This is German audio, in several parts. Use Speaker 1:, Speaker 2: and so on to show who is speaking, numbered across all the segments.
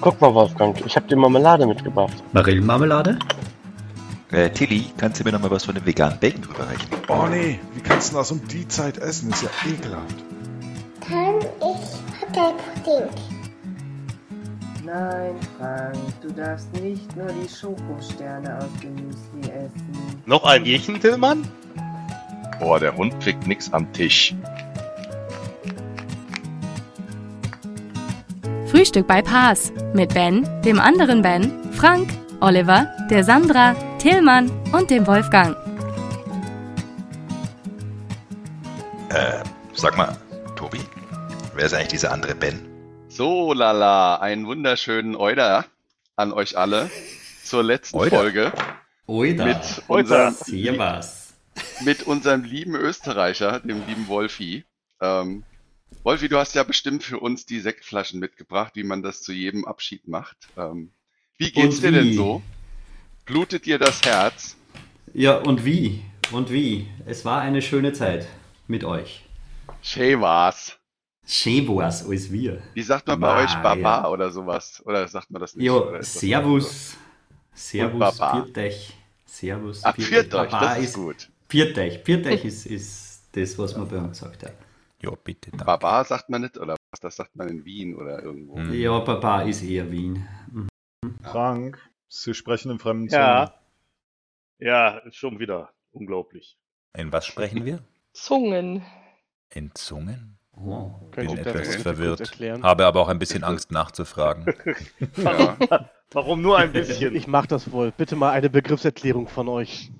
Speaker 1: Guck mal, Wolfgang, ich habe dir Marmelade mitgebracht.
Speaker 2: Marillenmarmelade?
Speaker 3: Äh, Tilly, kannst du mir nochmal was von dem veganen Bacon rüberreichen?
Speaker 4: Oh nee, wie kannst du das um die Zeit essen? Ist ja ekelhaft.
Speaker 5: Kann ich Hotelpudding?
Speaker 6: Nein, Frank, du darfst nicht nur die Schokosterne aus Gemüse essen.
Speaker 7: Noch ein Jächen, Tillmann?
Speaker 8: Boah, der Hund kriegt nix am Tisch.
Speaker 9: Frühstück bei Paas mit Ben, dem anderen Ben, Frank, Oliver, der Sandra, Tillmann und dem Wolfgang.
Speaker 3: Äh, sag mal, Tobi, wer ist eigentlich dieser andere Ben?
Speaker 10: So, lala, einen wunderschönen Euder an euch alle zur letzten
Speaker 3: Euder?
Speaker 10: Folge
Speaker 2: Oida.
Speaker 10: Mit unserem-
Speaker 2: Sehr was.
Speaker 10: mit unserem lieben Österreicher, dem lieben Wolfi. Ähm, Wolfi, du hast ja bestimmt für uns die Sektflaschen mitgebracht, wie man das zu jedem Abschied macht. Ähm, wie geht's
Speaker 2: Und
Speaker 10: dir
Speaker 2: wie?
Speaker 10: denn so? Blutet dir das Herz?
Speaker 2: Ja, und wie? Und wie? Es war eine schöne Zeit mit euch.
Speaker 10: Schön war's.
Speaker 2: Schön war's als wir.
Speaker 10: Wie sagt man bei
Speaker 2: Ma,
Speaker 10: euch Baba
Speaker 2: ja.
Speaker 10: oder sowas? Oder sagt man das nicht? Oder
Speaker 2: Ja,
Speaker 10: ist das
Speaker 2: servus.
Speaker 10: Und
Speaker 2: Servus,
Speaker 10: Baba.
Speaker 2: viert euch. Servus,
Speaker 10: so? Ah, pfiat euch,
Speaker 2: Baba
Speaker 10: das ist gut.
Speaker 2: Viert euch. Viert euch ist, ist das, was man bei uns gesagt hat.
Speaker 3: Ja, bitte. danke.
Speaker 10: Baba sagt man nicht, oder was? Das sagt man in Wien oder irgendwo.
Speaker 3: Hm.
Speaker 2: Ja, Papa ist eher Wien.
Speaker 4: Frank, Sie sprechen in fremden Zungen.
Speaker 7: Ja. Ja, schon wieder. Unglaublich.
Speaker 3: In was sprechen wir?
Speaker 11: Zungen.
Speaker 3: In Zungen?
Speaker 2: Oh.
Speaker 3: Bin
Speaker 1: Könnt ihr das
Speaker 3: etwas
Speaker 1: bitte kurz
Speaker 3: verwirrt,
Speaker 1: erklären?
Speaker 3: habe aber auch ein bisschen Angst nachzufragen.
Speaker 10: Ja.
Speaker 7: Warum nur ein bisschen?
Speaker 11: Ich mach das wohl. Bitte mal eine Begriffserklärung von euch.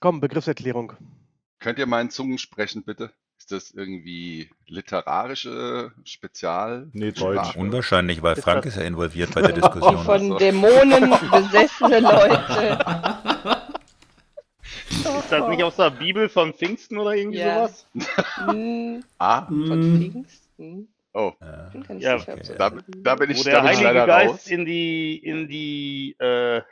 Speaker 11: Komm, Begriffserklärung.
Speaker 10: Könnt ihr mal in Zungen sprechen, bitte? Ist das irgendwie literarische Spezial?
Speaker 4: Nee, Deutsch.
Speaker 3: Unwahrscheinlich, weil Frank ist ja involviert bei der
Speaker 7: Oh,
Speaker 3: Diskussion.
Speaker 7: also.
Speaker 11: Von Dämonen besessene Leute.
Speaker 7: Ist das nicht aus der Bibel von Pfingsten oder irgendwie
Speaker 11: Ja.
Speaker 7: sowas?
Speaker 11: Hm,
Speaker 10: Ah,
Speaker 11: Von
Speaker 2: Mm,
Speaker 11: Pfingsten?
Speaker 10: oh,
Speaker 11: Ich
Speaker 3: Äh,
Speaker 11: bin gar nicht
Speaker 7: Ja,
Speaker 11: sicher, ob es
Speaker 3: okay.
Speaker 10: da,
Speaker 11: das ist.
Speaker 10: da bin ich,
Speaker 7: Wo
Speaker 10: da
Speaker 7: der
Speaker 10: bin ich
Speaker 7: Heilige
Speaker 10: leider
Speaker 7: Geist
Speaker 10: raus.
Speaker 7: in die, in die, äh,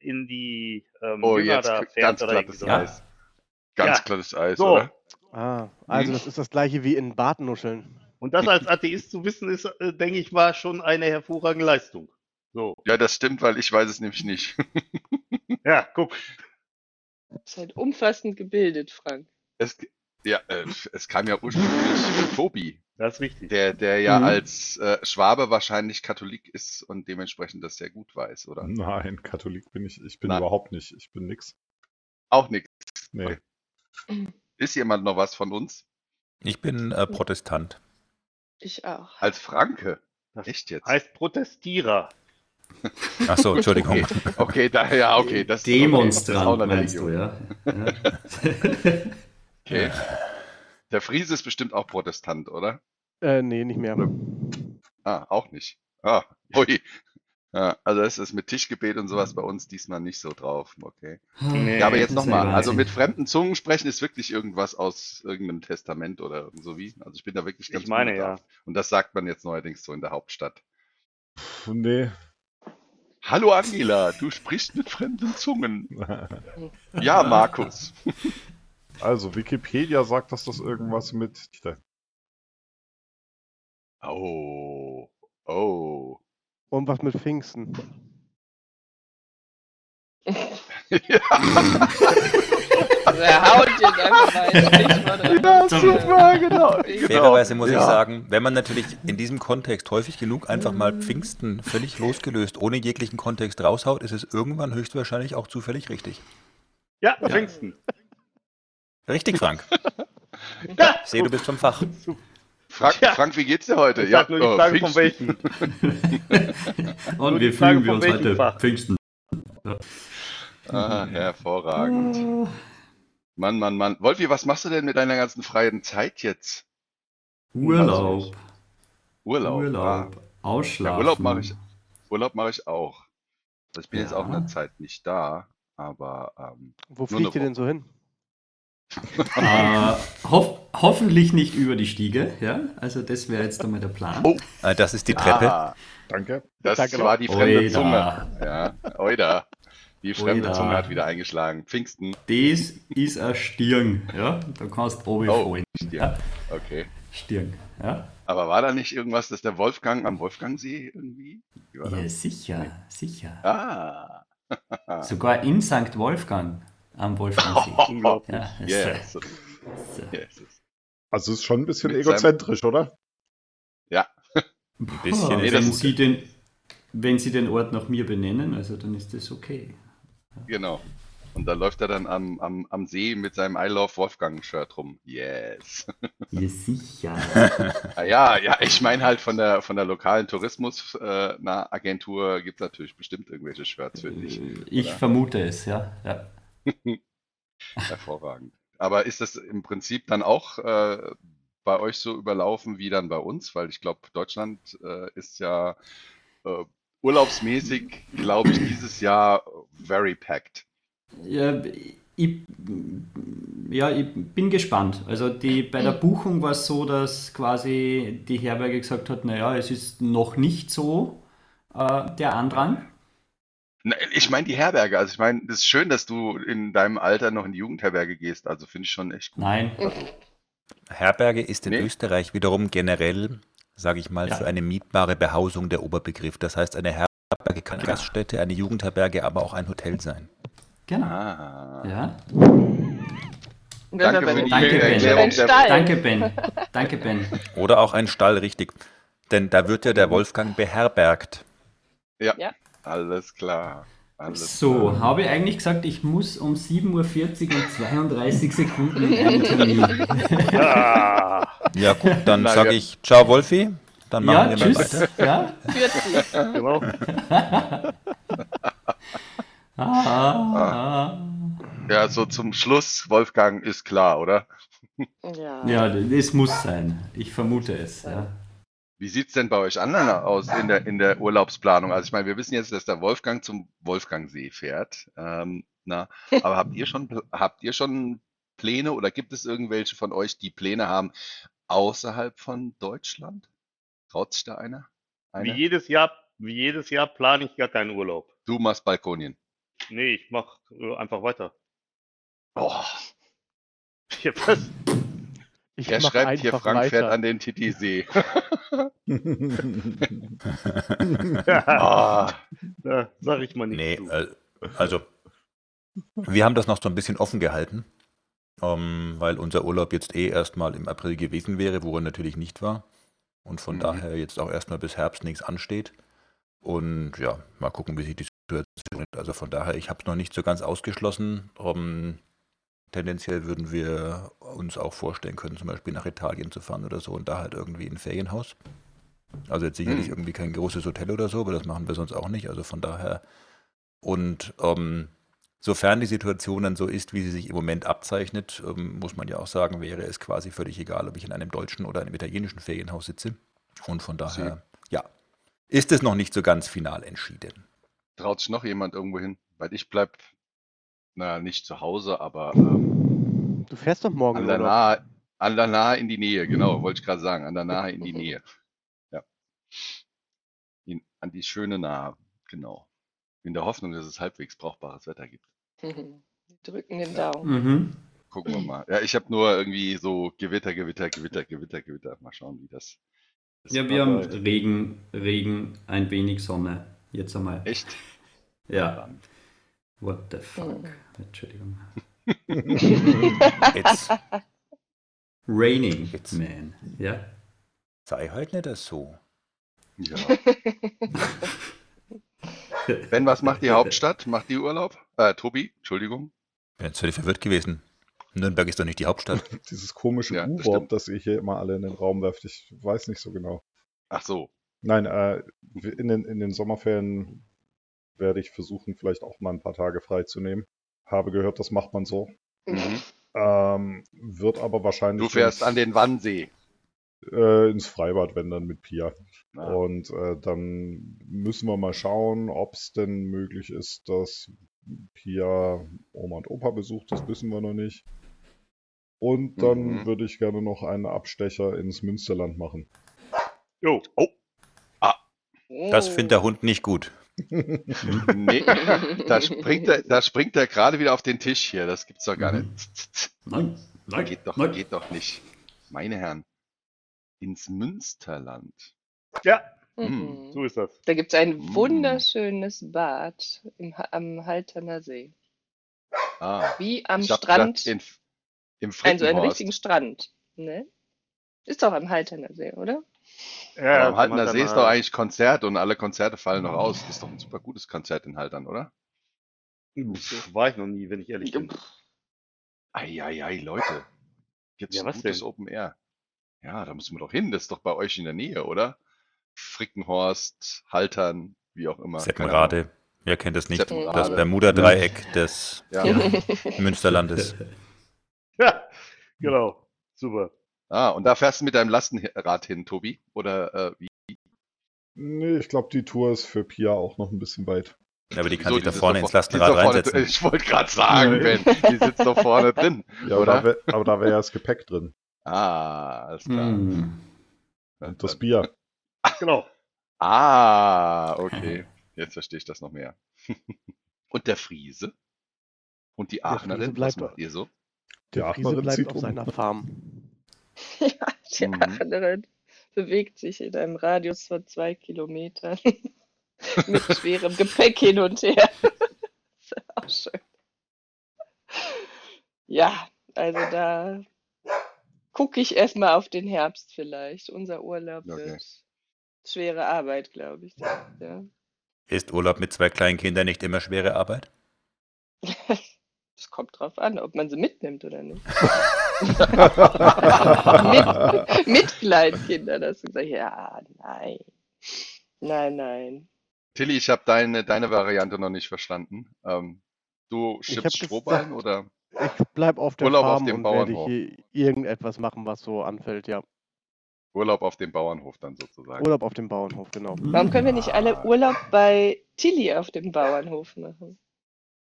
Speaker 7: in die ähm,
Speaker 10: Oh,
Speaker 7: Jünger
Speaker 10: jetzt
Speaker 7: da
Speaker 10: k-
Speaker 7: fährt
Speaker 10: ganz
Speaker 7: oder irgendwie
Speaker 10: glattes
Speaker 7: sowas.
Speaker 10: Eis. Ganz
Speaker 7: Ja.
Speaker 10: glattes Eis,
Speaker 7: So,
Speaker 10: oder?
Speaker 11: Ah, also das ist das gleiche wie in Bartnuscheln.
Speaker 7: Und das als Atheist zu wissen, ist, äh, denke ich mal, schon eine hervorragende Leistung. So,
Speaker 10: Ja, das stimmt, weil ich weiß es nämlich nicht.
Speaker 7: ja, guck.
Speaker 11: Du bist halt umfassend gebildet, Frank.
Speaker 10: Es, ja, äh, es kam ja ursprünglich von Tobi,
Speaker 7: Das ist richtig.
Speaker 10: der, der ja
Speaker 2: Mhm.
Speaker 10: als äh, Schwabe wahrscheinlich Katholik ist und dementsprechend das sehr gut weiß, oder?
Speaker 4: Nein, Katholik bin ich. Ich bin
Speaker 10: Nein.
Speaker 4: überhaupt nicht. Ich bin nix.
Speaker 10: Auch nichts.
Speaker 4: Nee.
Speaker 10: Ist jemand noch was von uns?
Speaker 3: Ich bin äh, Protestant.
Speaker 11: Ich auch.
Speaker 10: Als Franke?
Speaker 7: Das
Speaker 10: Echt jetzt?
Speaker 7: Heißt Protestierer.
Speaker 3: Achso, Entschuldigung.
Speaker 10: Okay, okay, da, ja, okay. Das,
Speaker 2: Demonstrant
Speaker 10: okay, das ist auch eine
Speaker 2: meinst du,
Speaker 10: Religion.
Speaker 2: ja? ja.
Speaker 10: Okay. Der Friese ist bestimmt auch Protestant, oder?
Speaker 11: Äh, nee, nicht mehr.
Speaker 10: Ah, auch nicht. Ah, ui. Ja, also es ist mit Tischgebet und sowas bei uns diesmal nicht so drauf, okay.
Speaker 7: Nee.
Speaker 10: Ja, aber
Speaker 2: das
Speaker 10: jetzt
Speaker 2: ist
Speaker 10: nochmal,
Speaker 2: ja
Speaker 10: also
Speaker 2: Wahnsinn.
Speaker 10: mit fremden Zungen sprechen ist wirklich irgendwas aus irgendeinem Testament oder irgend so wie. Also ich bin da wirklich ganz
Speaker 7: Ich meine, ja.
Speaker 10: unbedarft. Und das sagt man jetzt neuerdings so in der Hauptstadt.
Speaker 4: Pff, nee.
Speaker 10: Hallo Angela, du sprichst mit fremden Zungen. Ja, Markus.
Speaker 4: Also, Wikipedia sagt, dass das irgendwas mit.
Speaker 10: Oh, oh.
Speaker 11: Und was mit Pfingsten?
Speaker 10: ja,
Speaker 11: Er haut jetzt einfach weiter.
Speaker 10: super, genau.
Speaker 3: Fairerweise muss
Speaker 10: ja.
Speaker 3: ich sagen, wenn man natürlich in diesem Kontext häufig genug einfach mal Pfingsten völlig losgelöst, ohne jeglichen Kontext raushaut, ist es irgendwann höchstwahrscheinlich auch zufällig richtig.
Speaker 7: Ja, Pfingsten.
Speaker 3: Richtig, Frank.
Speaker 7: Ja,
Speaker 3: Ich sehe, du bist vom Fach.
Speaker 10: Frank,
Speaker 7: Ja.
Speaker 10: Frank, wie geht's dir heute?
Speaker 7: Ich sag nur die
Speaker 10: äh,
Speaker 7: Frage von
Speaker 10: Pfingsten.
Speaker 7: welchen.
Speaker 2: Und
Speaker 7: Nur
Speaker 2: wie
Speaker 7: die Frage,
Speaker 2: fühlen wir
Speaker 7: von
Speaker 2: uns
Speaker 7: welchem
Speaker 2: heute?
Speaker 7: Fach?
Speaker 2: Pfingsten.
Speaker 10: Ah, hervorragend. Mann, Mann, Mann. Wolfi, was machst du denn mit deiner ganzen freien Zeit jetzt? Also,
Speaker 2: Urlaub.
Speaker 10: Urlaub.
Speaker 2: Urlaub.
Speaker 10: Ah. Ja,
Speaker 2: Ausschlafen.
Speaker 10: Urlaub mache ich. Urlaub mache ich auch. Also Ich bin jetzt auch in der Zeit nicht da, aber ähm,
Speaker 11: Wo
Speaker 10: Nur eine
Speaker 11: fliegt ihr denn so hin?
Speaker 2: Äh, hoff, hoffentlich nicht über die Stiege, ja? Also das wäre jetzt einmal der Plan.
Speaker 10: Oh,
Speaker 3: Äh, Das ist die Treppe.
Speaker 10: ah,
Speaker 4: Danke.
Speaker 10: das
Speaker 11: Danke.
Speaker 10: war die fremde
Speaker 2: Oida.
Speaker 10: Zunge. Ja, oida. Die fremde
Speaker 2: Oida.
Speaker 10: Zunge hat wieder eingeschlagen. Pfingsten.
Speaker 2: Das ist eine Stirn, ja? Da kannst du oben
Speaker 10: Oh.
Speaker 2: fallen.
Speaker 10: Ja. Okay.
Speaker 2: Stirn, ja?
Speaker 10: Aber war da nicht irgendwas, dass der Wolfgang am Wolfgangsee irgendwie? Wie war
Speaker 2: Ja,
Speaker 10: das?
Speaker 2: sicher, sicher.
Speaker 10: Ah.
Speaker 2: Sogar in St. Wolfgang am Wolfgangsee.
Speaker 10: Unglaublich.
Speaker 2: Oh. Ja, das-
Speaker 10: Yes.
Speaker 2: das-
Speaker 10: Yes.
Speaker 4: Also ist schon ein bisschen
Speaker 10: Mit seinem-
Speaker 4: egozentrisch, oder?
Speaker 10: Ja.
Speaker 2: Ein
Speaker 10: bisschen ist
Speaker 2: wenn,
Speaker 10: das
Speaker 2: Sie den, wenn Sie den Ort nach mir benennen, also dann ist das okay.
Speaker 10: Genau. Und da läuft er dann am, am, am See mit seinem I Love Wolfgang-Shirt rum. Yes.
Speaker 2: Ja, sicher.
Speaker 10: Ah ja, ja, ich meine halt von der von der lokalen äh, Tourismus-Agentur gibt es natürlich bestimmt irgendwelche Shirts für dich.
Speaker 2: Äh, Ich
Speaker 10: oder?
Speaker 2: vermute es, ja. ja.
Speaker 10: Hervorragend. Aber ist das im Prinzip dann auch äh, bei euch so überlaufen wie dann bei uns? Weil ich glaube, Deutschland äh, ist ja äh, urlaubsmäßig, glaube ich, dieses Jahr very packed.
Speaker 2: Ja, ich, ja, ich bin gespannt. Also die, bei der Buchung war es so, dass quasi die Herberge gesagt hat, naja, es ist noch nicht so äh, der Andrang.
Speaker 10: Na, ich meine die Herberge. Also ich meine, es ist schön, dass du in deinem Alter noch in die Jugendherberge gehst. Also finde ich schon echt gut.
Speaker 2: Nein,
Speaker 3: Herberge ist in
Speaker 10: Nee.
Speaker 3: Österreich wiederum generell, sage ich mal,
Speaker 2: Ja.
Speaker 3: für eine mietbare Behausung der Oberbegriff. Das heißt, eine Herberge kann eine Gaststätte, eine Jugendherberge, aber auch ein Hotel sein.
Speaker 2: genau.
Speaker 10: Ah.
Speaker 2: Ja.
Speaker 10: Danke für die
Speaker 2: Danke, Ben.
Speaker 10: Erklärung der
Speaker 6: Stall.
Speaker 2: Danke, Ben. Danke, Ben.
Speaker 3: Oder auch ein Stall, richtig. Denn da wird ja der Wolfgang beherbergt.
Speaker 10: Ja.
Speaker 12: Ja.
Speaker 10: Alles klar. Alles
Speaker 2: So,
Speaker 10: klar.
Speaker 2: habe ich eigentlich gesagt, ich muss um 7.40 Uhr und 32 Sekunden in einen Termin.
Speaker 3: Ja gut, dann
Speaker 10: Na,
Speaker 3: sage
Speaker 10: ja.
Speaker 3: ich Ciao Wolfi, dann machen
Speaker 2: Ja,
Speaker 3: wir mal
Speaker 2: tschüss.
Speaker 3: weiter.
Speaker 2: Ja.
Speaker 12: 40.
Speaker 4: Genau.
Speaker 2: Ah,
Speaker 10: Ja, so zum Schluss, Wolfgang, ist klar, oder?
Speaker 12: Ja.
Speaker 2: ah. Ja, es muss sein. Ich vermute es. Ja.
Speaker 10: Wie sieht es denn bei euch anderen aus in der, in der Urlaubsplanung? Also ich meine, wir wissen jetzt, dass der Wolfgang zum Wolfgangsee fährt. Ähm, na, aber habt ihr schon habt ihr schon Pläne oder gibt es irgendwelche von euch, die Pläne haben außerhalb von Deutschland? Traut sich da einer?
Speaker 7: Wie
Speaker 10: Einer?
Speaker 7: jedes Jahr, wie jedes Jahr plane ich gar keinen Urlaub.
Speaker 10: Du machst Balkonien.
Speaker 7: Nee, ich mach äh, einfach weiter.
Speaker 10: Oh,
Speaker 7: Ja, was?
Speaker 11: Ich
Speaker 10: er
Speaker 11: mach
Speaker 10: schreibt hier,
Speaker 11: einfach
Speaker 10: Frank
Speaker 11: weiter.
Speaker 10: fährt an den Titisee.
Speaker 7: Ja,
Speaker 10: Ah,
Speaker 7: da sag ich mal
Speaker 3: Nee,
Speaker 7: nichts zu.
Speaker 3: äh, also wir haben das noch so ein bisschen offen gehalten, ähm, weil unser Urlaub jetzt eh erstmal im April gewesen wäre, wo er natürlich nicht war. Und von
Speaker 10: Mhm.
Speaker 3: daher jetzt auch erstmal bis Herbst nichts ansteht. Und ja, mal gucken, wie sich die Situation entwickelt. Also von daher, ich habe es noch nicht so ganz ausgeschlossen. Ähm, tendenziell würden wir uns auch vorstellen können, zum Beispiel nach Italien zu fahren oder so und da halt irgendwie in ein Ferienhaus. Also jetzt sicherlich
Speaker 10: Mhm.
Speaker 3: irgendwie kein großes Hotel oder so, aber das machen wir sonst auch nicht. Also von daher. Und ähm, sofern die Situation dann so ist, wie sie sich im Moment abzeichnet, ähm, muss man ja auch sagen, wäre es quasi völlig egal, ob ich in einem deutschen oder einem italienischen Ferienhaus sitze. Und von daher, ja, ist es noch nicht so ganz final entschieden.
Speaker 10: traut sich noch jemand irgendwo hin? Weil ich bleib, na, nicht zu Hause, aber ähm,
Speaker 11: Du fährst doch morgen
Speaker 10: An
Speaker 11: in
Speaker 10: der,
Speaker 11: Urlaub.
Speaker 10: nahe, an der Nahe in die Nähe, genau, wollte ich gerade sagen. An der Nahe in die Nähe. Ja. In, an die schöne Nahe, genau. In der Hoffnung, dass es halbwegs brauchbares Wetter gibt.
Speaker 12: Wir drücken den Daumen.
Speaker 2: Mhm.
Speaker 10: Gucken wir mal. Ja, ich habe nur irgendwie so Gewitter, Gewitter, Gewitter, Gewitter, Gewitter. Mal schauen, wie das. das
Speaker 2: Ja, wir haben
Speaker 10: verläuft.
Speaker 2: Regen, Regen, ein wenig Sonne. Jetzt einmal.
Speaker 10: Echt?
Speaker 2: Ja. What the
Speaker 12: Hm.
Speaker 2: fuck? Entschuldigung.
Speaker 3: Jetzt
Speaker 2: Raining,
Speaker 3: Jetzt.
Speaker 2: man. Ja.
Speaker 3: sei halt nicht das so.
Speaker 10: Ja. Wenn was macht die Hauptstadt? Macht die Urlaub? Äh, Tobi, Entschuldigung.
Speaker 3: Bin jetzt völlig verwirrt gewesen. Nürnberg ist doch nicht die Hauptstadt.
Speaker 4: Dieses komische
Speaker 10: Ja, das
Speaker 4: U-Wort,
Speaker 10: stimmt.
Speaker 4: das ihr hier immer alle in den Raum werft, ich weiß nicht so genau.
Speaker 10: Ach so.
Speaker 4: Nein, äh, in den, in den Sommerferien werde ich versuchen, vielleicht auch mal ein paar Tage freizunehmen. Habe gehört, das macht man so.
Speaker 10: Mhm.
Speaker 4: Ähm, wird aber wahrscheinlich
Speaker 10: Du fährst
Speaker 4: ins,
Speaker 10: an den Wannsee.
Speaker 4: äh, ins Freibad, wenn dann mit Pia.
Speaker 10: Ah.
Speaker 4: Und äh, dann müssen wir mal schauen, ob es denn möglich ist, dass Pia Oma und Opa besucht. Das wissen wir noch nicht. Und dann
Speaker 10: Mhm.
Speaker 4: würde ich gerne noch einen Abstecher ins Münsterland machen.
Speaker 7: Jo,
Speaker 10: Oh,
Speaker 12: Mhm. Oh.
Speaker 3: Das findet der Hund nicht gut.
Speaker 10: Nee, da springt er, da springt er gerade wieder auf den Tisch hier. Das gibt's doch gar nicht.
Speaker 2: Nein, Mhm. nein,
Speaker 10: Geht doch,
Speaker 2: nein.
Speaker 10: geht doch nicht. Meine Herren. Ins Münsterland.
Speaker 7: Ja,
Speaker 12: Mhm.
Speaker 7: So ist das.
Speaker 12: Da gibt es
Speaker 10: Mhm.
Speaker 12: ein wunderschönes Bad im, Ha- am Halterner See.
Speaker 10: Ah.
Speaker 12: Wie am
Speaker 10: Ich hab
Speaker 12: Strand.
Speaker 10: gedacht, In, Im
Speaker 12: Also einen
Speaker 10: Frittenhorst.
Speaker 12: richtigen Strand. Ne? Ist doch am Halterner See, oder?
Speaker 10: Aber
Speaker 7: Ja,
Speaker 10: am Haltener See ist doch
Speaker 7: Mann.
Speaker 10: eigentlich Konzert und alle Konzerte fallen noch aus. Ist doch ein super gutes Konzert in Haltern, oder?
Speaker 7: Pff, War ich noch nie, wenn ich ehrlich bin.
Speaker 10: Eieiei, Leute. Gibt's
Speaker 7: Ja,
Speaker 10: ein
Speaker 7: was
Speaker 10: gutes
Speaker 7: denn?
Speaker 10: Open Air? Ja, da müssen wir doch hin. Das ist doch bei euch in der Nähe, oder? Frickenhorst, Haltern, wie auch immer.
Speaker 3: Seppenrade. Wer kennt das nicht?
Speaker 10: Seppenrade.
Speaker 3: Das Bermuda-Dreieck des
Speaker 10: Ja.
Speaker 3: Münsterlandes.
Speaker 7: Ja, genau. Super.
Speaker 10: Ah, und da fährst du mit deinem Lastenrad hin, Tobi? Oder äh, wie?
Speaker 4: Nee, ich glaube, die Tour ist für Pia auch noch ein bisschen weit.
Speaker 3: Ja, aber die kann sich
Speaker 10: Wieso?
Speaker 3: da
Speaker 10: Die sitzt
Speaker 3: vorne
Speaker 10: doch
Speaker 3: ins
Speaker 10: vor- die sitzt
Speaker 3: Lastenrad
Speaker 10: doch vorne
Speaker 3: reinsetzen.
Speaker 10: drin. Ich wollte gerade sagen, Ben, die sitzt doch vorne drin.
Speaker 4: Ja, aber
Speaker 10: oder?
Speaker 4: da wär- aber da wäre ja das Gepäck drin.
Speaker 10: Ah, alles klar.
Speaker 2: Hm.
Speaker 4: Und das Bier.
Speaker 7: Genau.
Speaker 10: Ah, okay. Jetzt verstehe ich das noch mehr. Und der Friese? Und die
Speaker 11: Friese
Speaker 10: Aachenerin? Was
Speaker 11: bleibt-
Speaker 10: macht ihr so?
Speaker 4: Der
Speaker 11: Friese
Speaker 4: Atmerin
Speaker 11: bleibt
Speaker 4: zieht
Speaker 11: auf
Speaker 4: um.
Speaker 11: seiner Farm.
Speaker 12: Ja, die
Speaker 10: Mhm.
Speaker 12: Aachenerin bewegt sich in einem Radius von zwei Kilometern mit schwerem Gepäck hin und her. Ist ja auch schön. Ja, also da gucke ich erstmal auf den Herbst vielleicht. Unser Urlaub
Speaker 10: Okay.
Speaker 12: wird schwere Arbeit, glaube ich. Ja.
Speaker 3: Ist Urlaub mit zwei kleinen Kindern nicht immer schwere Arbeit?
Speaker 12: Es kommt drauf an, ob man sie mitnimmt oder nicht. mit, mit Kleinkindern, das ist gesagt, ja, nein. Nein, nein.
Speaker 10: Tilly, ich habe deine, deine Variante noch nicht verstanden. Ähm, du
Speaker 11: Ich
Speaker 10: schippst
Speaker 11: hab
Speaker 10: Strohballen
Speaker 11: gesagt-
Speaker 10: oder?
Speaker 11: Ich bleib auf der
Speaker 10: Urlaub auf
Speaker 11: Farm
Speaker 10: dem
Speaker 11: und werde
Speaker 10: Bauernhof.
Speaker 11: hier irgendetwas machen, was so anfällt, ja.
Speaker 10: Urlaub auf dem Bauernhof dann sozusagen.
Speaker 11: Urlaub auf dem Bauernhof, genau.
Speaker 12: Warum können wir nicht alle Urlaub bei Tilly auf dem Bauernhof machen?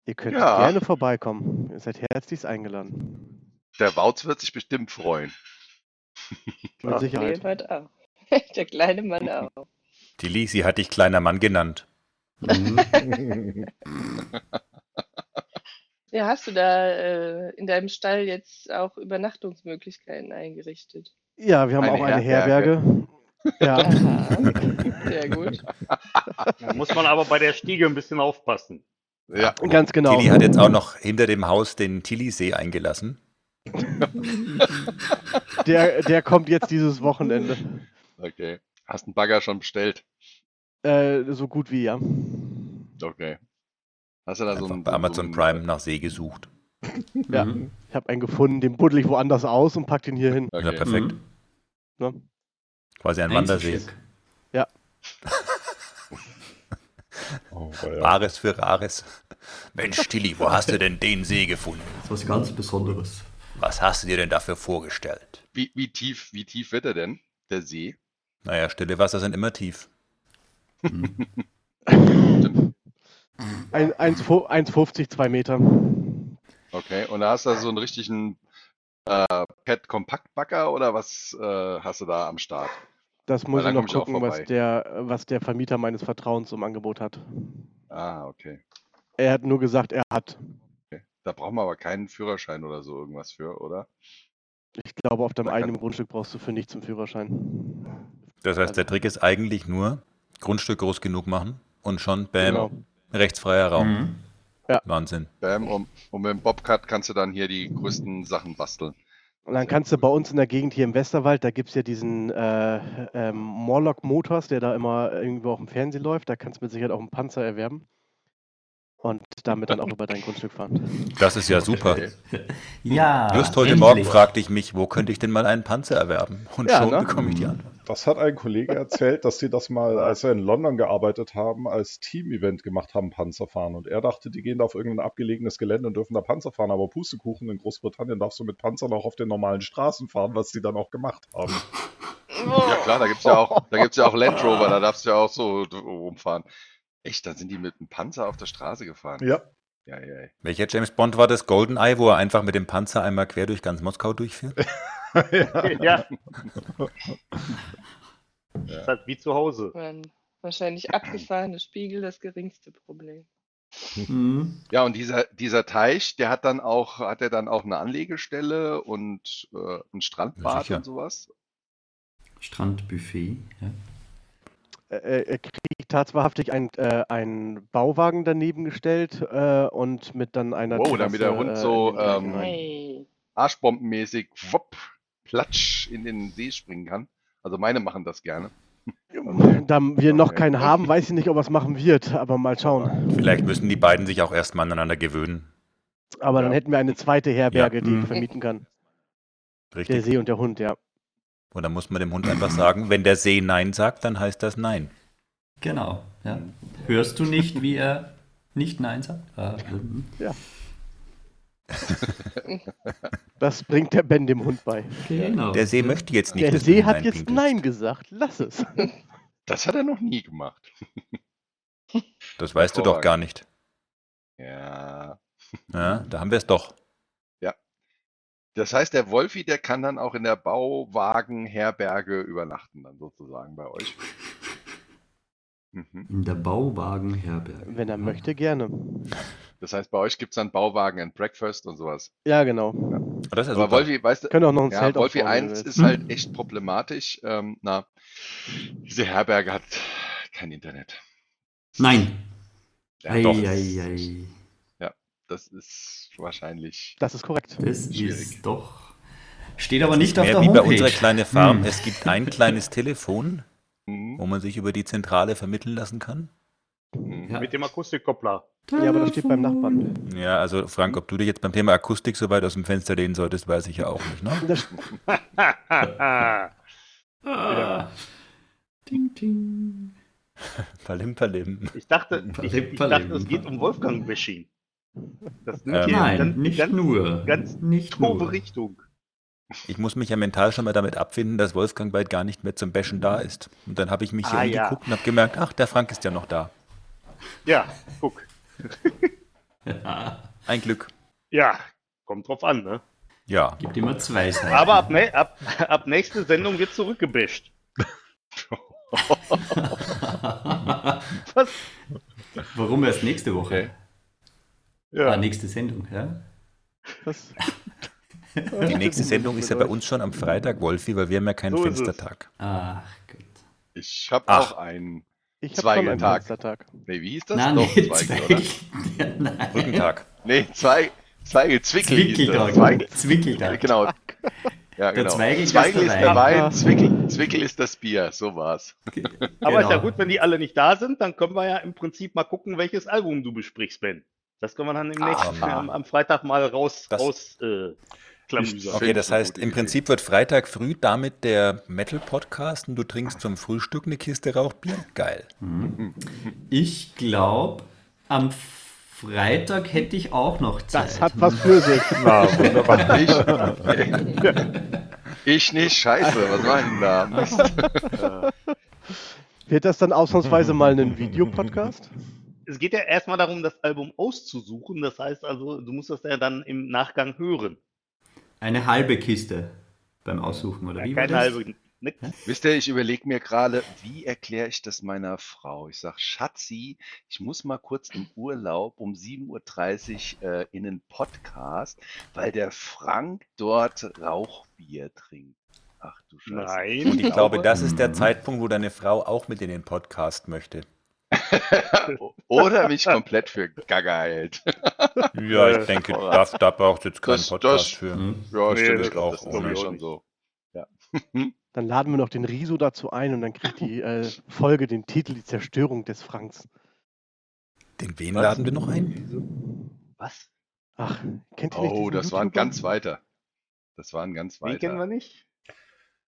Speaker 11: Ihr könnt
Speaker 10: Ja.
Speaker 11: gerne vorbeikommen. Ihr seid herzlichst eingeladen.
Speaker 10: Der Wautz wird sich bestimmt freuen.
Speaker 11: Mit Sicherheit.
Speaker 12: Leonhard auch. Der kleine Mann auch.
Speaker 3: Tilly, sie hat dich kleiner Mann genannt.
Speaker 2: Mhm.
Speaker 12: Ja, hast du da äh, in deinem Stall jetzt auch Übernachtungsmöglichkeiten eingerichtet?
Speaker 11: Ja, wir haben
Speaker 10: Eine
Speaker 11: auch eine
Speaker 10: Herberge.
Speaker 11: Herberge. Ja.
Speaker 12: Aha. Sehr gut.
Speaker 7: Da muss man aber bei der Stiege ein bisschen aufpassen.
Speaker 10: Ja,
Speaker 11: Ganz genau.
Speaker 3: Tilly hat jetzt auch noch hinter dem Haus den Tilly-See eingelassen.
Speaker 11: Der, der kommt jetzt dieses Wochenende.
Speaker 10: okay. Hast einen Bagger schon bestellt?
Speaker 11: Äh, so gut wie ja.
Speaker 10: Okay. Hast du da so
Speaker 3: Einfach
Speaker 10: einen,
Speaker 3: bei Amazon
Speaker 10: so einen,
Speaker 3: Prime nach See gesucht.
Speaker 11: Ja.
Speaker 2: Mhm.
Speaker 11: Ich habe einen gefunden, den buddel ich woanders aus und pack den hier hin.
Speaker 3: Ja,
Speaker 10: Okay.
Speaker 3: perfekt.
Speaker 2: Mhm.
Speaker 11: Ne?
Speaker 3: Quasi ein Wandersee.
Speaker 2: Einzelschick.
Speaker 4: Oh, ja.
Speaker 3: Rares für Rares. Mensch, Tilly, wo hast du denn den See gefunden?
Speaker 2: Das ist was ganz Besonderes.
Speaker 3: Was hast du dir denn dafür vorgestellt?
Speaker 10: Wie, wie tief, wie tief wird er denn? Der See?
Speaker 3: Naja, stille Wasser sind immer tief.
Speaker 11: Ein, 1,50, 2 Meter.
Speaker 10: Okay. Und da hast du so einen richtigen äh, Pet-Kompaktbagger oder was äh, hast du da am Start?
Speaker 11: Das muss ich
Speaker 10: dann
Speaker 11: noch
Speaker 10: komm ich auch
Speaker 11: gucken, was
Speaker 10: vorbei.
Speaker 11: der, was der Vermieter meines Vertrauens im Angebot hat.
Speaker 10: Ah, okay.
Speaker 11: Er hat nur gesagt, er hat.
Speaker 10: okay. Da brauchen wir aber keinen Führerschein oder so irgendwas für, oder?
Speaker 11: Ich glaube, auf deinem
Speaker 10: Da kann-
Speaker 11: eigenen Grundstück brauchst du für nichts einen Führerschein.
Speaker 3: Das heißt,
Speaker 11: Also.
Speaker 3: der Trick ist eigentlich nur, Grundstück groß genug machen und schon, bam,
Speaker 11: Genau.
Speaker 7: Ähm,
Speaker 3: rechtsfreier Raum.
Speaker 2: Mhm.
Speaker 3: Wahnsinn.
Speaker 10: Bam, und, und mit dem Bobcat kannst du dann hier die größten Sachen basteln.
Speaker 11: Und dann kannst du bei uns in der Gegend hier im Westerwald, da gibt es ja diesen äh, ähm, Morlock Motors, der da immer irgendwo auf dem Fernsehen läuft. Da kannst du mit Sicherheit auch einen Panzer erwerben. Und damit dann auch über dein Grundstück fahren.
Speaker 3: Das ist ja super.
Speaker 2: Ja.
Speaker 11: Ah,
Speaker 3: Just heute
Speaker 2: endlich.
Speaker 3: Morgen fragte ich mich, wo könnte ich denn mal einen Panzer erwerben? Und
Speaker 11: Ja,
Speaker 3: schon
Speaker 11: ne?
Speaker 3: bekomme ich die Antwort.
Speaker 4: Das hat ein Kollege erzählt, dass sie das mal, als sie in London gearbeitet haben, als Team-Event gemacht haben, Panzerfahren. Und er dachte, die gehen da auf irgendein abgelegenes Gelände und dürfen da Panzer fahren. Aber Pustekuchen in Großbritannien darfst du mit Panzern auch auf den normalen Straßen fahren, was die dann auch gemacht haben.
Speaker 10: Ja klar, da gibt's ja auch, da gibt's ja auch Land Rover, da darfst du ja auch so d- rumfahren. Echt, dann sind die mit einem Panzer auf der Straße gefahren.
Speaker 4: Ja,
Speaker 10: Ja, ja, ja.
Speaker 3: Welcher James Bond war das? Goldeneye, wo er einfach mit dem Panzer einmal quer durch ganz Moskau durchführt?
Speaker 7: ja. Das ist halt wie zu Hause.
Speaker 12: Man, wahrscheinlich abgefahrene Spiegel, das geringste Problem.
Speaker 2: Mhm.
Speaker 10: ja und dieser, dieser Teich, der hat dann auch, hat er dann auch eine Anlegestelle und äh, ein Strandbad
Speaker 3: sicher.
Speaker 10: und sowas.
Speaker 2: Strandbuffet. Ja.
Speaker 11: äh, äh, kriegt tatsächlich ein, äh, einen Bauwagen daneben gestellt äh, und mit dann einer.
Speaker 10: Wow, damit der
Speaker 11: Terrasse,
Speaker 10: Hund
Speaker 11: äh, in
Speaker 10: so
Speaker 11: den Garten
Speaker 10: ähm,
Speaker 11: rein.
Speaker 10: arschbombenmäßig wopp, platsch in den See springen kann. Also meine machen das gerne.
Speaker 11: Da wir noch keinen haben, weiß ich nicht, ob er es machen wird, aber mal schauen.
Speaker 3: Vielleicht müssen die beiden sich auch erstmal aneinander gewöhnen.
Speaker 11: Aber dann hätten wir eine zweite Herberge,
Speaker 3: Ja.
Speaker 11: die
Speaker 3: Mhm.
Speaker 11: ich vermieten kann.
Speaker 3: Richtig.
Speaker 11: Der See und der Hund, ja.
Speaker 3: Und dann muss man dem Hund einfach sagen, wenn der See Nein sagt, dann heißt das Nein.
Speaker 2: Genau. Ja. Hörst du nicht, wie er nicht Nein sagt? Ah, mhm.
Speaker 11: Ja. Das bringt der Ben dem Hund bei.
Speaker 2: Genau.
Speaker 3: Der See möchte jetzt nicht.
Speaker 11: Mhm. der
Speaker 3: dass
Speaker 11: See
Speaker 3: man
Speaker 11: hat
Speaker 3: Nein
Speaker 11: jetzt
Speaker 3: pinkelt.
Speaker 11: Nein gesagt. Lass es.
Speaker 10: Das hat er noch nie gemacht.
Speaker 3: Das weißt du doch
Speaker 10: Hervorragend.
Speaker 3: gar nicht.
Speaker 10: Ja.
Speaker 3: Ja, da haben wir es doch.
Speaker 10: Das heißt, der Wolfi, der kann dann auch in der Bauwagenherberge übernachten, dann sozusagen bei euch. Mhm.
Speaker 2: In der Bauwagenherberge.
Speaker 11: Wenn er möchte, gerne.
Speaker 10: Das heißt, bei euch gibt es dann Bauwagen and Breakfast und sowas.
Speaker 11: Ja, genau.
Speaker 3: Das ist ja
Speaker 10: Aber
Speaker 3: super.
Speaker 10: Wolfi, weißt du,
Speaker 11: Können auch noch ein
Speaker 10: ja,
Speaker 11: Zelt
Speaker 10: Wolfi
Speaker 11: aufbauen, wenn du
Speaker 10: 1
Speaker 11: willst.
Speaker 10: ist halt echt problematisch. Ähm, na, diese Herberge hat kein Internet.
Speaker 2: Nein.
Speaker 10: Ja,
Speaker 2: ei,
Speaker 10: doch.
Speaker 2: ei, ei.
Speaker 10: Ja, das ist wahrscheinlich.
Speaker 11: Das ist korrekt.
Speaker 2: Das
Speaker 10: Schwierig.
Speaker 2: ist doch. Steht aber
Speaker 3: Das
Speaker 2: nicht
Speaker 3: ist
Speaker 2: auf
Speaker 3: mehr
Speaker 2: der
Speaker 3: wie
Speaker 2: Homepage.
Speaker 3: bei unserer kleinen Farm.
Speaker 2: Hm.
Speaker 3: Es gibt ein kleines Telefon,
Speaker 10: Mhm.
Speaker 3: wo man sich über die Zentrale vermitteln lassen kann.
Speaker 10: Mhm.
Speaker 2: Ja.
Speaker 7: Mit dem Akustikkoppler.
Speaker 11: Ja, aber das steht beim Nachbarn.
Speaker 3: Ja, also Frank, ob du dich jetzt beim Thema Akustik so weit aus dem Fenster lehnen solltest, weiß ich ja auch nicht. Ne?
Speaker 11: Das,
Speaker 2: Ah. Ding, ding.
Speaker 3: Palim, palim.
Speaker 7: Ich dachte, ich,
Speaker 2: Verlebt,
Speaker 7: ich
Speaker 2: verlebt.
Speaker 7: dachte, es geht um Wolfgang Besching. Das nimmt
Speaker 3: Ähm,
Speaker 7: hier
Speaker 2: Nein,
Speaker 7: ganz,
Speaker 2: nicht
Speaker 7: ganz,
Speaker 2: nur.
Speaker 7: Ganz
Speaker 2: nicht
Speaker 7: doofe
Speaker 2: nur.
Speaker 7: Richtung.
Speaker 3: Ich muss mich ja mental schon mal damit abfinden, dass Wolfgang bald gar nicht mehr zum Bashen da ist. Und dann habe ich mich hier
Speaker 7: Ah, ja.
Speaker 3: umgeguckt und habe gemerkt, ach, der Frank ist ja noch da.
Speaker 7: Ja, guck.
Speaker 3: Ein Glück.
Speaker 7: Ja, kommt drauf an, ne?
Speaker 3: Ja.
Speaker 2: Gibt immer zwei Seiten.
Speaker 7: Aber ab, ne, ab, ab nächste Sendung wird zurückgebischt. Was?
Speaker 2: Warum erst nächste Woche?
Speaker 10: Okay.
Speaker 2: Ah,
Speaker 7: Ja,
Speaker 2: nächste Sendung, ja?
Speaker 11: das,
Speaker 3: Die nächste Sendung ist ja bei uns schon am Freitag, Wolfi, weil wir haben ja keinen
Speaker 7: So ist es.
Speaker 3: Fenstertag.
Speaker 2: Ach Gott.
Speaker 10: Ich habe
Speaker 3: Ach.
Speaker 10: auch einen.
Speaker 11: ich habe schon einen
Speaker 10: Zweigetag.
Speaker 11: Tag.
Speaker 10: Nee, wie hieß das?
Speaker 2: Nein,
Speaker 10: Doch,
Speaker 2: nee,
Speaker 10: Zweige,
Speaker 2: Zweig-
Speaker 10: oder?
Speaker 2: Ja, nein.
Speaker 3: Brückentag.
Speaker 10: Nee, Zweig, Zweige, Zwickel. hieß das.
Speaker 2: Zwickeltag. Zwickeltag.
Speaker 10: Genau. Ja, genau.
Speaker 2: Zweigel ist
Speaker 10: Zweigel ist
Speaker 2: der
Speaker 10: der
Speaker 2: Wein.
Speaker 10: Wein, Zwickel, Zwickel ist das Bier, so war's.
Speaker 7: aber ist ja
Speaker 2: genau.
Speaker 7: gut, wenn die alle nicht da sind, dann können wir ja im Prinzip mal gucken, welches Album du besprichst, Ben. Das können wir dann im nächsten, am, am Freitag mal raus,
Speaker 3: Ähm, Das-
Speaker 7: raus äh, klamüsern.
Speaker 3: Okay, das heißt, im Prinzip wird Freitag früh damit der Metal-Podcast und du trinkst zum Frühstück eine Kiste Rauchbier? Geil.
Speaker 2: Ich glaube, am Freitag hätte ich auch noch Zeit.
Speaker 11: Das hat was für sich.
Speaker 4: Na, wunderbar.
Speaker 10: Ich, ich nicht, scheiße, was war denn da? Mist.
Speaker 11: Wird das dann ausnahmsweise mal ein Videopodcast?
Speaker 7: es geht ja erstmal darum, das Album auszusuchen. Das heißt also, du musst das ja dann im Nachgang hören.
Speaker 2: Eine halbe Kiste beim Aussuchen, oder wie? war
Speaker 7: Keine
Speaker 2: das?
Speaker 7: halbe. Ne?
Speaker 10: Wisst ihr, ich überlege mir gerade, wie erkläre ich das meiner Frau? Ich sage, Schatzi, ich muss mal kurz im Urlaub um 7.30 Uhr äh, in einen Podcast, weil der Frank dort Rauchbier trinkt. Ach du Scheiße.
Speaker 7: Nein.
Speaker 3: Und ich glaube, das ist der Zeitpunkt, wo deine Frau auch mit in den Podcast möchte.
Speaker 10: Oder mich komplett für Gaga hält.
Speaker 3: Ja,
Speaker 7: Äh,
Speaker 3: ich denke, da, da braucht jetzt keinen
Speaker 10: Das-
Speaker 3: Podcast
Speaker 10: das-
Speaker 3: für.
Speaker 2: Hm?
Speaker 10: Ja,
Speaker 7: Nee,
Speaker 10: stimmt,
Speaker 7: das-
Speaker 10: ich glaube,
Speaker 3: das
Speaker 10: das ist
Speaker 3: glaub ich
Speaker 10: irgendwie
Speaker 7: auch
Speaker 10: schon
Speaker 7: nicht.
Speaker 10: so. Ja.
Speaker 11: Dann laden wir noch den Riso dazu ein und dann kriegt die äh, Folge den Titel Die Zerstörung des Franks.
Speaker 3: Den wen
Speaker 10: Was?
Speaker 3: laden wir noch ein?
Speaker 7: Was?
Speaker 11: Ach, kennt ihr nicht
Speaker 10: Oh,
Speaker 11: diesen
Speaker 10: das war ein
Speaker 11: YouTuber?
Speaker 10: ganz weiter. Das war ein ganz
Speaker 7: Den kennen
Speaker 10: weiter.
Speaker 7: wir nicht?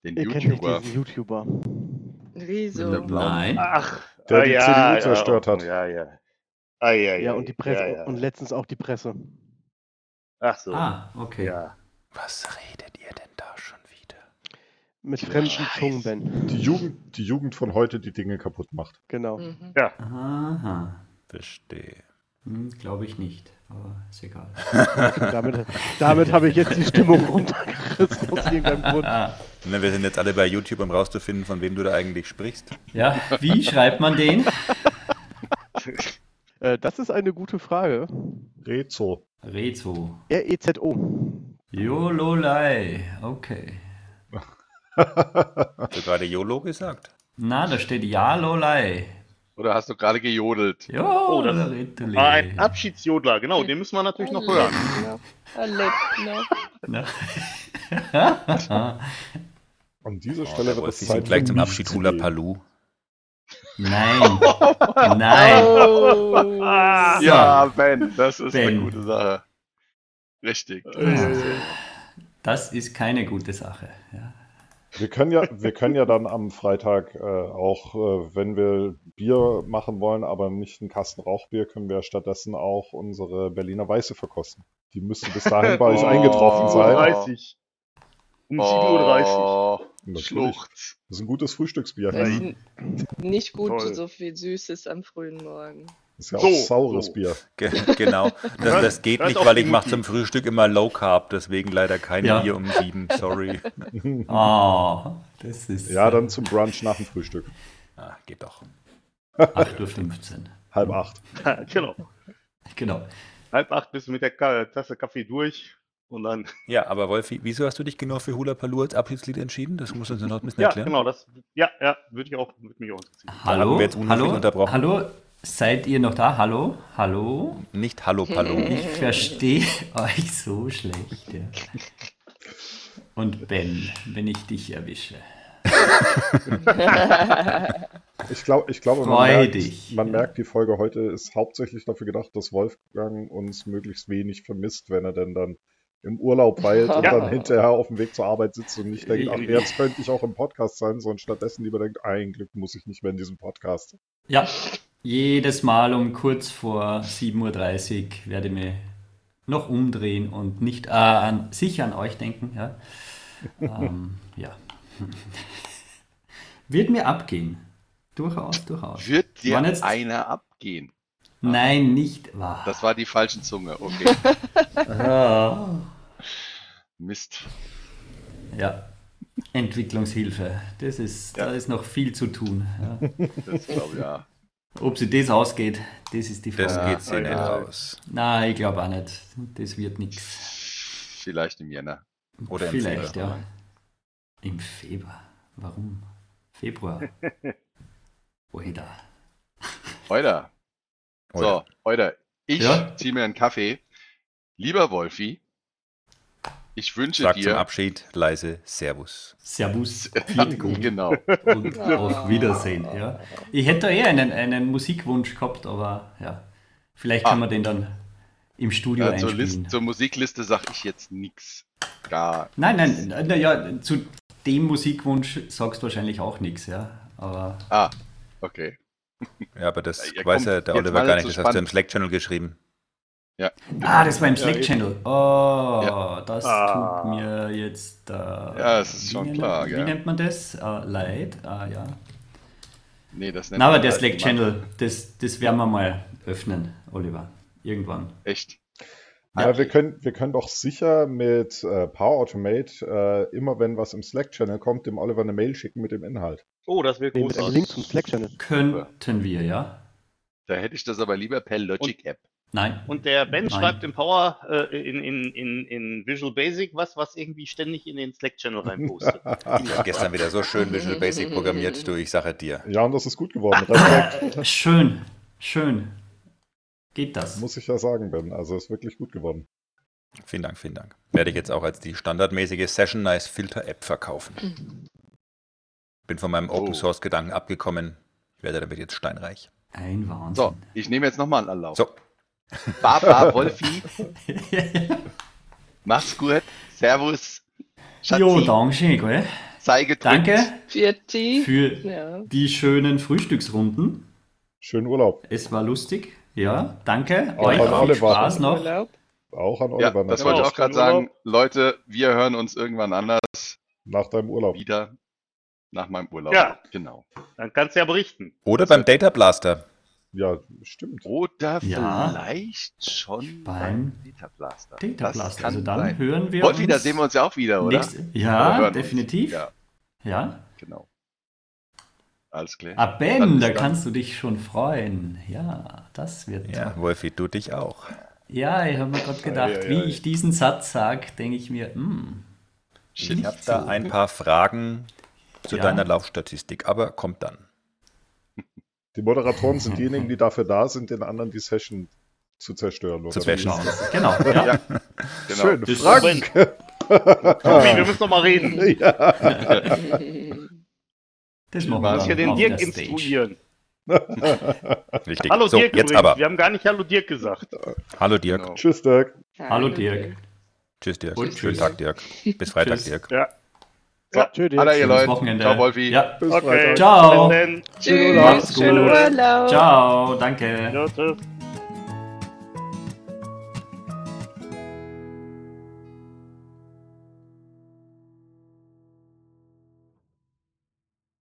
Speaker 10: Den
Speaker 11: Ihr kennt nicht
Speaker 10: YouTuber.
Speaker 11: diesen YouTuber.
Speaker 10: Mit
Speaker 12: Wieso?
Speaker 10: der blauen-
Speaker 2: Nein.
Speaker 7: Ach,
Speaker 4: Der die CDU zerstört
Speaker 7: oh,
Speaker 4: hat.
Speaker 7: Ja, ja. Ah, ja, ja.
Speaker 11: Ja, und die Presse
Speaker 7: ja, ja.
Speaker 11: und letztens auch die Presse.
Speaker 7: Ach so.
Speaker 2: Ah, okay.
Speaker 7: Also. Ja.
Speaker 3: Was redet ihr denn da schon wieder?
Speaker 11: Mit fremden Zungen, Ben.
Speaker 4: Die Jugend, die Jugend von heute die Dinge kaputt macht.
Speaker 11: Genau.
Speaker 12: Mhm.
Speaker 2: Aha.
Speaker 3: Verstehe.
Speaker 2: Hm, glaube ich nicht. Aber ist egal.
Speaker 11: Damit, damit habe ich jetzt die Stimmung runtergerissen aus irgendeinem Grund.
Speaker 3: Na, Ne, wir sind jetzt alle bei YouTube, um rauszufinden, von wem du da eigentlich sprichst.
Speaker 2: Ja, wie schreibt man den?
Speaker 11: Äh, das ist eine gute Frage. E
Speaker 4: Rezo.
Speaker 2: Rezo.
Speaker 11: R-E-Z-O.
Speaker 2: Jololei. Okay.
Speaker 3: Hast du gerade YOLO gesagt?
Speaker 2: Na, da steht Ja, Lolei.
Speaker 10: Oder hast du gerade gejodelt?
Speaker 2: Ja,
Speaker 7: Oh, das war
Speaker 2: Äh.
Speaker 7: ein Abschiedsjodler, genau, den müssen wir natürlich noch hören.
Speaker 4: An dieser
Speaker 3: Oh,
Speaker 4: Stelle wird es
Speaker 3: Sie sind
Speaker 4: Zeit
Speaker 3: gleich
Speaker 4: für
Speaker 3: zum Abschied
Speaker 4: nichts
Speaker 3: Hula
Speaker 4: gehen.
Speaker 3: Palu.
Speaker 2: Nein. Nein.
Speaker 10: Ah,
Speaker 2: So.
Speaker 10: ja, Ben, das ist
Speaker 2: Ben.
Speaker 10: eine gute Sache. Richtig.
Speaker 7: Äh,
Speaker 2: Das ist keine gute Sache. Ja.
Speaker 4: Wir können ja, wir können ja dann am Freitag äh, auch, äh, wenn wir Bier machen wollen, aber nicht einen Kasten Rauchbier, können wir stattdessen auch unsere Berliner Weiße verkosten. Die müsste bis dahin bei euch
Speaker 10: Oh.
Speaker 4: eingetroffen sein.
Speaker 7: 30. Um 7.30 Uhr.
Speaker 4: Natürlich.
Speaker 10: Oh, Schlucht.
Speaker 4: Das ist ein gutes Frühstücksbier.
Speaker 12: Das ist
Speaker 4: Das
Speaker 12: n- nicht gut,
Speaker 7: Toll.
Speaker 12: so viel Süßes am frühen Morgen.
Speaker 4: ist ja auch
Speaker 7: So,
Speaker 4: saures
Speaker 7: so.
Speaker 4: Bier.
Speaker 3: Ge genau. Das, das geht
Speaker 7: Hört
Speaker 3: nicht,
Speaker 7: auf
Speaker 3: weil
Speaker 7: die
Speaker 3: ich mache
Speaker 7: Mutti.
Speaker 3: zum Frühstück immer Low Carb, deswegen leider kein
Speaker 2: Ja.
Speaker 3: Bier um sieben. Sorry.
Speaker 2: Oh, das ist
Speaker 4: Ja, dann zum Brunch nach dem Frühstück.
Speaker 3: Ah, geht doch.
Speaker 2: 8.15 Uhr.
Speaker 4: Halb acht.
Speaker 7: Ja, genau.
Speaker 2: Genau.
Speaker 7: Halb acht bist du mit der Ka Tasse Kaffee durch und dann.
Speaker 3: Ja, aber Wolfi, wieso hast du dich genau für Hula Palu als Abschiedslied entschieden? Das musst du uns noch ein bisschen
Speaker 7: Ja,
Speaker 3: erklären.
Speaker 7: genau, das. Ja, ja, würde ich auch mit mir ausziehen.
Speaker 3: haben
Speaker 2: Hallo?
Speaker 3: wir jetzt unhöflich
Speaker 2: Hallo?
Speaker 3: unterbrochen.
Speaker 2: Hallo? Seid ihr noch da? Hallo? Hallo?
Speaker 3: Nicht Hallo Palu.
Speaker 2: Ich verstehe euch so schlecht. Ja. Und Ben, wenn ich dich erwische.
Speaker 4: Ich, glaub, ich glaube, man,
Speaker 2: Freu
Speaker 4: merkt,
Speaker 2: dich.
Speaker 4: man merkt, die Folge heute ist hauptsächlich dafür gedacht, dass Wolfgang uns möglichst wenig vermisst, wenn er denn dann im Urlaub weilt und
Speaker 7: Ja.
Speaker 4: dann hinterher auf dem Weg zur Arbeit sitzt und nicht denkt, ach,
Speaker 2: Ich-
Speaker 4: jetzt könnte ich auch im Podcast sein, sondern stattdessen lieber denkt, ein Glück muss ich nicht mehr in diesem Podcast.
Speaker 2: Ja, jedes Mal um kurz vor 7.30 Uhr werde ich mich noch umdrehen und nicht äh, an, sicher an euch denken. Ja. Ähm, ja. Wird mir abgehen. Durchaus, durchaus.
Speaker 10: Wird dir
Speaker 2: Wann jetzt-
Speaker 10: einer abgehen?
Speaker 2: Nein, nicht wahr.
Speaker 10: Das war die falsche Zunge. Okay.
Speaker 2: Ah.
Speaker 10: Mist.
Speaker 2: Ja. Entwicklungshilfe. Das ist, da ist noch viel zu tun. Ja.
Speaker 10: Das glaube ich ja.
Speaker 2: Ob sie das ausgeht, das ist die
Speaker 3: Das
Speaker 2: Frage.
Speaker 3: geht sie nicht aus.
Speaker 2: Nein, ich glaube auch nicht. Das wird nichts.
Speaker 10: Vielleicht im Jänner.
Speaker 3: Oder im
Speaker 2: Vielleicht,
Speaker 3: Februar.
Speaker 2: ja. Im Februar. Warum? Februar. Oida.
Speaker 10: Euder. So,
Speaker 3: Oder-
Speaker 10: Euder, ich
Speaker 2: Ja?
Speaker 10: ziehe mir einen Kaffee. Lieber Wolfi, ich wünsche
Speaker 3: Sag zum
Speaker 10: dir.
Speaker 3: Abschied leise Servus.
Speaker 2: Servus, viel gut
Speaker 10: Genau.
Speaker 2: und auf Wiedersehen. Ja. Ich hätte da eher einen, einen Musikwunsch gehabt, aber ja, vielleicht
Speaker 3: Ah.
Speaker 2: kann man den dann im Studio
Speaker 3: Also
Speaker 10: Äh, zur,
Speaker 2: einspielen.
Speaker 10: List, zur Musikliste sage ich jetzt nichts. Gar.
Speaker 2: Nein, nein, naja, zu dem Musikwunsch sagst du wahrscheinlich auch nichts, ja. Aber
Speaker 10: Ah, okay.
Speaker 3: Ja, aber das
Speaker 10: Ja,
Speaker 3: weiß
Speaker 10: komm,
Speaker 3: ja der
Speaker 10: jetzt
Speaker 3: Oliver
Speaker 10: mal
Speaker 3: gar
Speaker 10: nicht
Speaker 3: nicht.
Speaker 10: so
Speaker 3: Das hast du im
Speaker 10: spannend.
Speaker 3: Slack-Channel geschrieben.
Speaker 2: Ah, das war im Slack-Channel. Oh,
Speaker 10: Ja.
Speaker 2: das
Speaker 7: Ah.
Speaker 2: tut mir jetzt. Äh, ja,
Speaker 10: Ja, es ist schon
Speaker 2: wie
Speaker 10: klar,
Speaker 2: Nennt,
Speaker 10: gell.
Speaker 2: Wie nennt man das? Äh, Leid? Ah, ja.
Speaker 10: Nee, das nennt
Speaker 2: Na, aber
Speaker 10: man
Speaker 2: der
Speaker 10: halt jemand-
Speaker 2: Slack-Channel, das, das werden wir mal öffnen, Oliver. Irgendwann.
Speaker 10: Echt.
Speaker 4: Ja, wir können, wir können doch sicher mit äh, Power Automate äh, immer, wenn was im Slack-Channel kommt, dem Oliver eine Mail schicken mit dem Inhalt.
Speaker 7: Oh, das wird
Speaker 11: Nee, mit einem
Speaker 7: großartig.
Speaker 11: Link zum Slack-Channel.
Speaker 2: Könnten wir, ja?
Speaker 10: Da hätte ich das aber lieber per Logic App.
Speaker 2: Nein.
Speaker 7: Und der Ben
Speaker 2: Nein.
Speaker 7: schreibt im Power äh, in, in, in, in Visual Basic was, was irgendwie ständig in den Slack-Channel reinpostet.
Speaker 3: Ich habe gestern wieder so schön Visual Basic programmiert, du, ich sage dir.
Speaker 4: Ja, und das ist gut geworden. Respekt,
Speaker 2: Schön, schön. Geht das?
Speaker 4: muss ich ja sagen, Ben. Also ist wirklich gut geworden.
Speaker 3: Vielen Dank, vielen Dank. Werde ich jetzt auch als die standardmäßige Session Nice Filter App verkaufen. Bin von meinem
Speaker 10: Oh.
Speaker 3: Open Source Gedanken abgekommen. Ich werde damit jetzt steinreich.
Speaker 2: Ein Wahnsinn.
Speaker 10: So, ich nehme jetzt nochmal einen Anlauf.
Speaker 3: So,
Speaker 10: Baba, Wolfi, mach's gut. Servus.
Speaker 2: jo, Dankeschön, gell?
Speaker 10: Sei gedrückt.
Speaker 2: Danke
Speaker 12: Vierti.
Speaker 2: für
Speaker 12: Ja.
Speaker 2: die schönen Frühstücksrunden.
Speaker 4: Schönen Urlaub.
Speaker 2: Es war lustig. Ja, danke.
Speaker 4: Auch
Speaker 2: Euch
Speaker 4: an
Speaker 2: viel
Speaker 4: alle
Speaker 2: Spaß
Speaker 4: Warten.
Speaker 2: noch.
Speaker 12: Urlaub.
Speaker 4: Auch an
Speaker 10: Ja,
Speaker 4: Oliver
Speaker 10: das
Speaker 4: natürlich.
Speaker 10: wollte ich auch
Speaker 7: Genau.
Speaker 10: gerade sagen. Leute, wir hören uns irgendwann anders
Speaker 4: Nach deinem Urlaub.
Speaker 10: wieder nach meinem Urlaub.
Speaker 7: Ja.
Speaker 10: Genau.
Speaker 7: Dann kannst du ja berichten.
Speaker 3: oder beim Data Blaster.
Speaker 4: Ja, stimmt.
Speaker 10: Oder
Speaker 2: Ja.
Speaker 10: vielleicht schon
Speaker 2: Beim
Speaker 10: Data Blaster.
Speaker 2: Data
Speaker 10: Das
Speaker 2: Blast.
Speaker 10: kann
Speaker 2: Also dann
Speaker 10: sein.
Speaker 2: hören wir
Speaker 10: Wolfi, da
Speaker 2: uns
Speaker 10: sehen wir uns ja auch wieder, oder?
Speaker 2: nächste-
Speaker 10: Oder hören
Speaker 2: Ja,
Speaker 10: uns.
Speaker 2: definitiv. Ja.
Speaker 10: Ja, genau. Alles klar.
Speaker 2: Ah,
Speaker 10: Dann
Speaker 2: Ben,
Speaker 10: bis
Speaker 2: da
Speaker 10: dann.
Speaker 2: kannst du dich schon freuen. Ja, das wird.
Speaker 3: Ja, Wolfi, du dich auch.
Speaker 2: Ja, ich habe mir gerade gedacht,
Speaker 4: Ei, ei,
Speaker 2: wie
Speaker 4: ei.
Speaker 2: ich diesen Satz sage, denke ich mir, hm,
Speaker 10: Shit.
Speaker 3: Ich habe da ein paar Fragen zu deiner Laufstatistik, aber kommt dann.
Speaker 4: Die Moderatoren sind diejenigen, die dafür da sind, den anderen die Session zu zerstören.
Speaker 3: Zu
Speaker 4: oder?
Speaker 3: bashen.
Speaker 2: Genau, ja.
Speaker 4: Genau. Schön,
Speaker 11: Das-
Speaker 4: Frank. Ah.
Speaker 11: Tobi, wir müssen noch mal reden.
Speaker 4: Ja.
Speaker 2: Das
Speaker 11: Du
Speaker 2: machen
Speaker 11: musst ja
Speaker 2: wir
Speaker 11: den
Speaker 2: auf
Speaker 11: Dirk
Speaker 2: der Stage.
Speaker 11: instruieren.
Speaker 3: Richtig.
Speaker 11: Hallo
Speaker 3: so,
Speaker 11: Dirk
Speaker 3: jetzt
Speaker 11: übrigens.
Speaker 3: aber.
Speaker 11: Wir haben gar nicht Hallo Dirk gesagt.
Speaker 3: Hallo Dirk.
Speaker 13: Genau.
Speaker 4: Tschüss, Dirk.
Speaker 2: Hallo Dirk.
Speaker 3: Tschüss Dirk.
Speaker 2: Und
Speaker 3: Schönen
Speaker 2: tschüss.
Speaker 3: Tag Dirk. Bis Freitag
Speaker 2: Tschüss.
Speaker 3: Dirk.
Speaker 11: Ja.
Speaker 10: So,
Speaker 14: Tschö, Dirk.
Speaker 10: alle ihr
Speaker 2: Schönes
Speaker 10: Leute.
Speaker 2: Wochenende.
Speaker 10: Ciao, Wolfi.
Speaker 2: Ja,
Speaker 4: Bis
Speaker 11: Okay.
Speaker 4: Freitag.
Speaker 2: Ciao.
Speaker 11: Bis dann.
Speaker 12: Tschüss.
Speaker 2: Macht's
Speaker 12: Schönen
Speaker 2: gut.
Speaker 12: Urlaub.
Speaker 2: Ciao, danke.
Speaker 11: Ja, tschüss.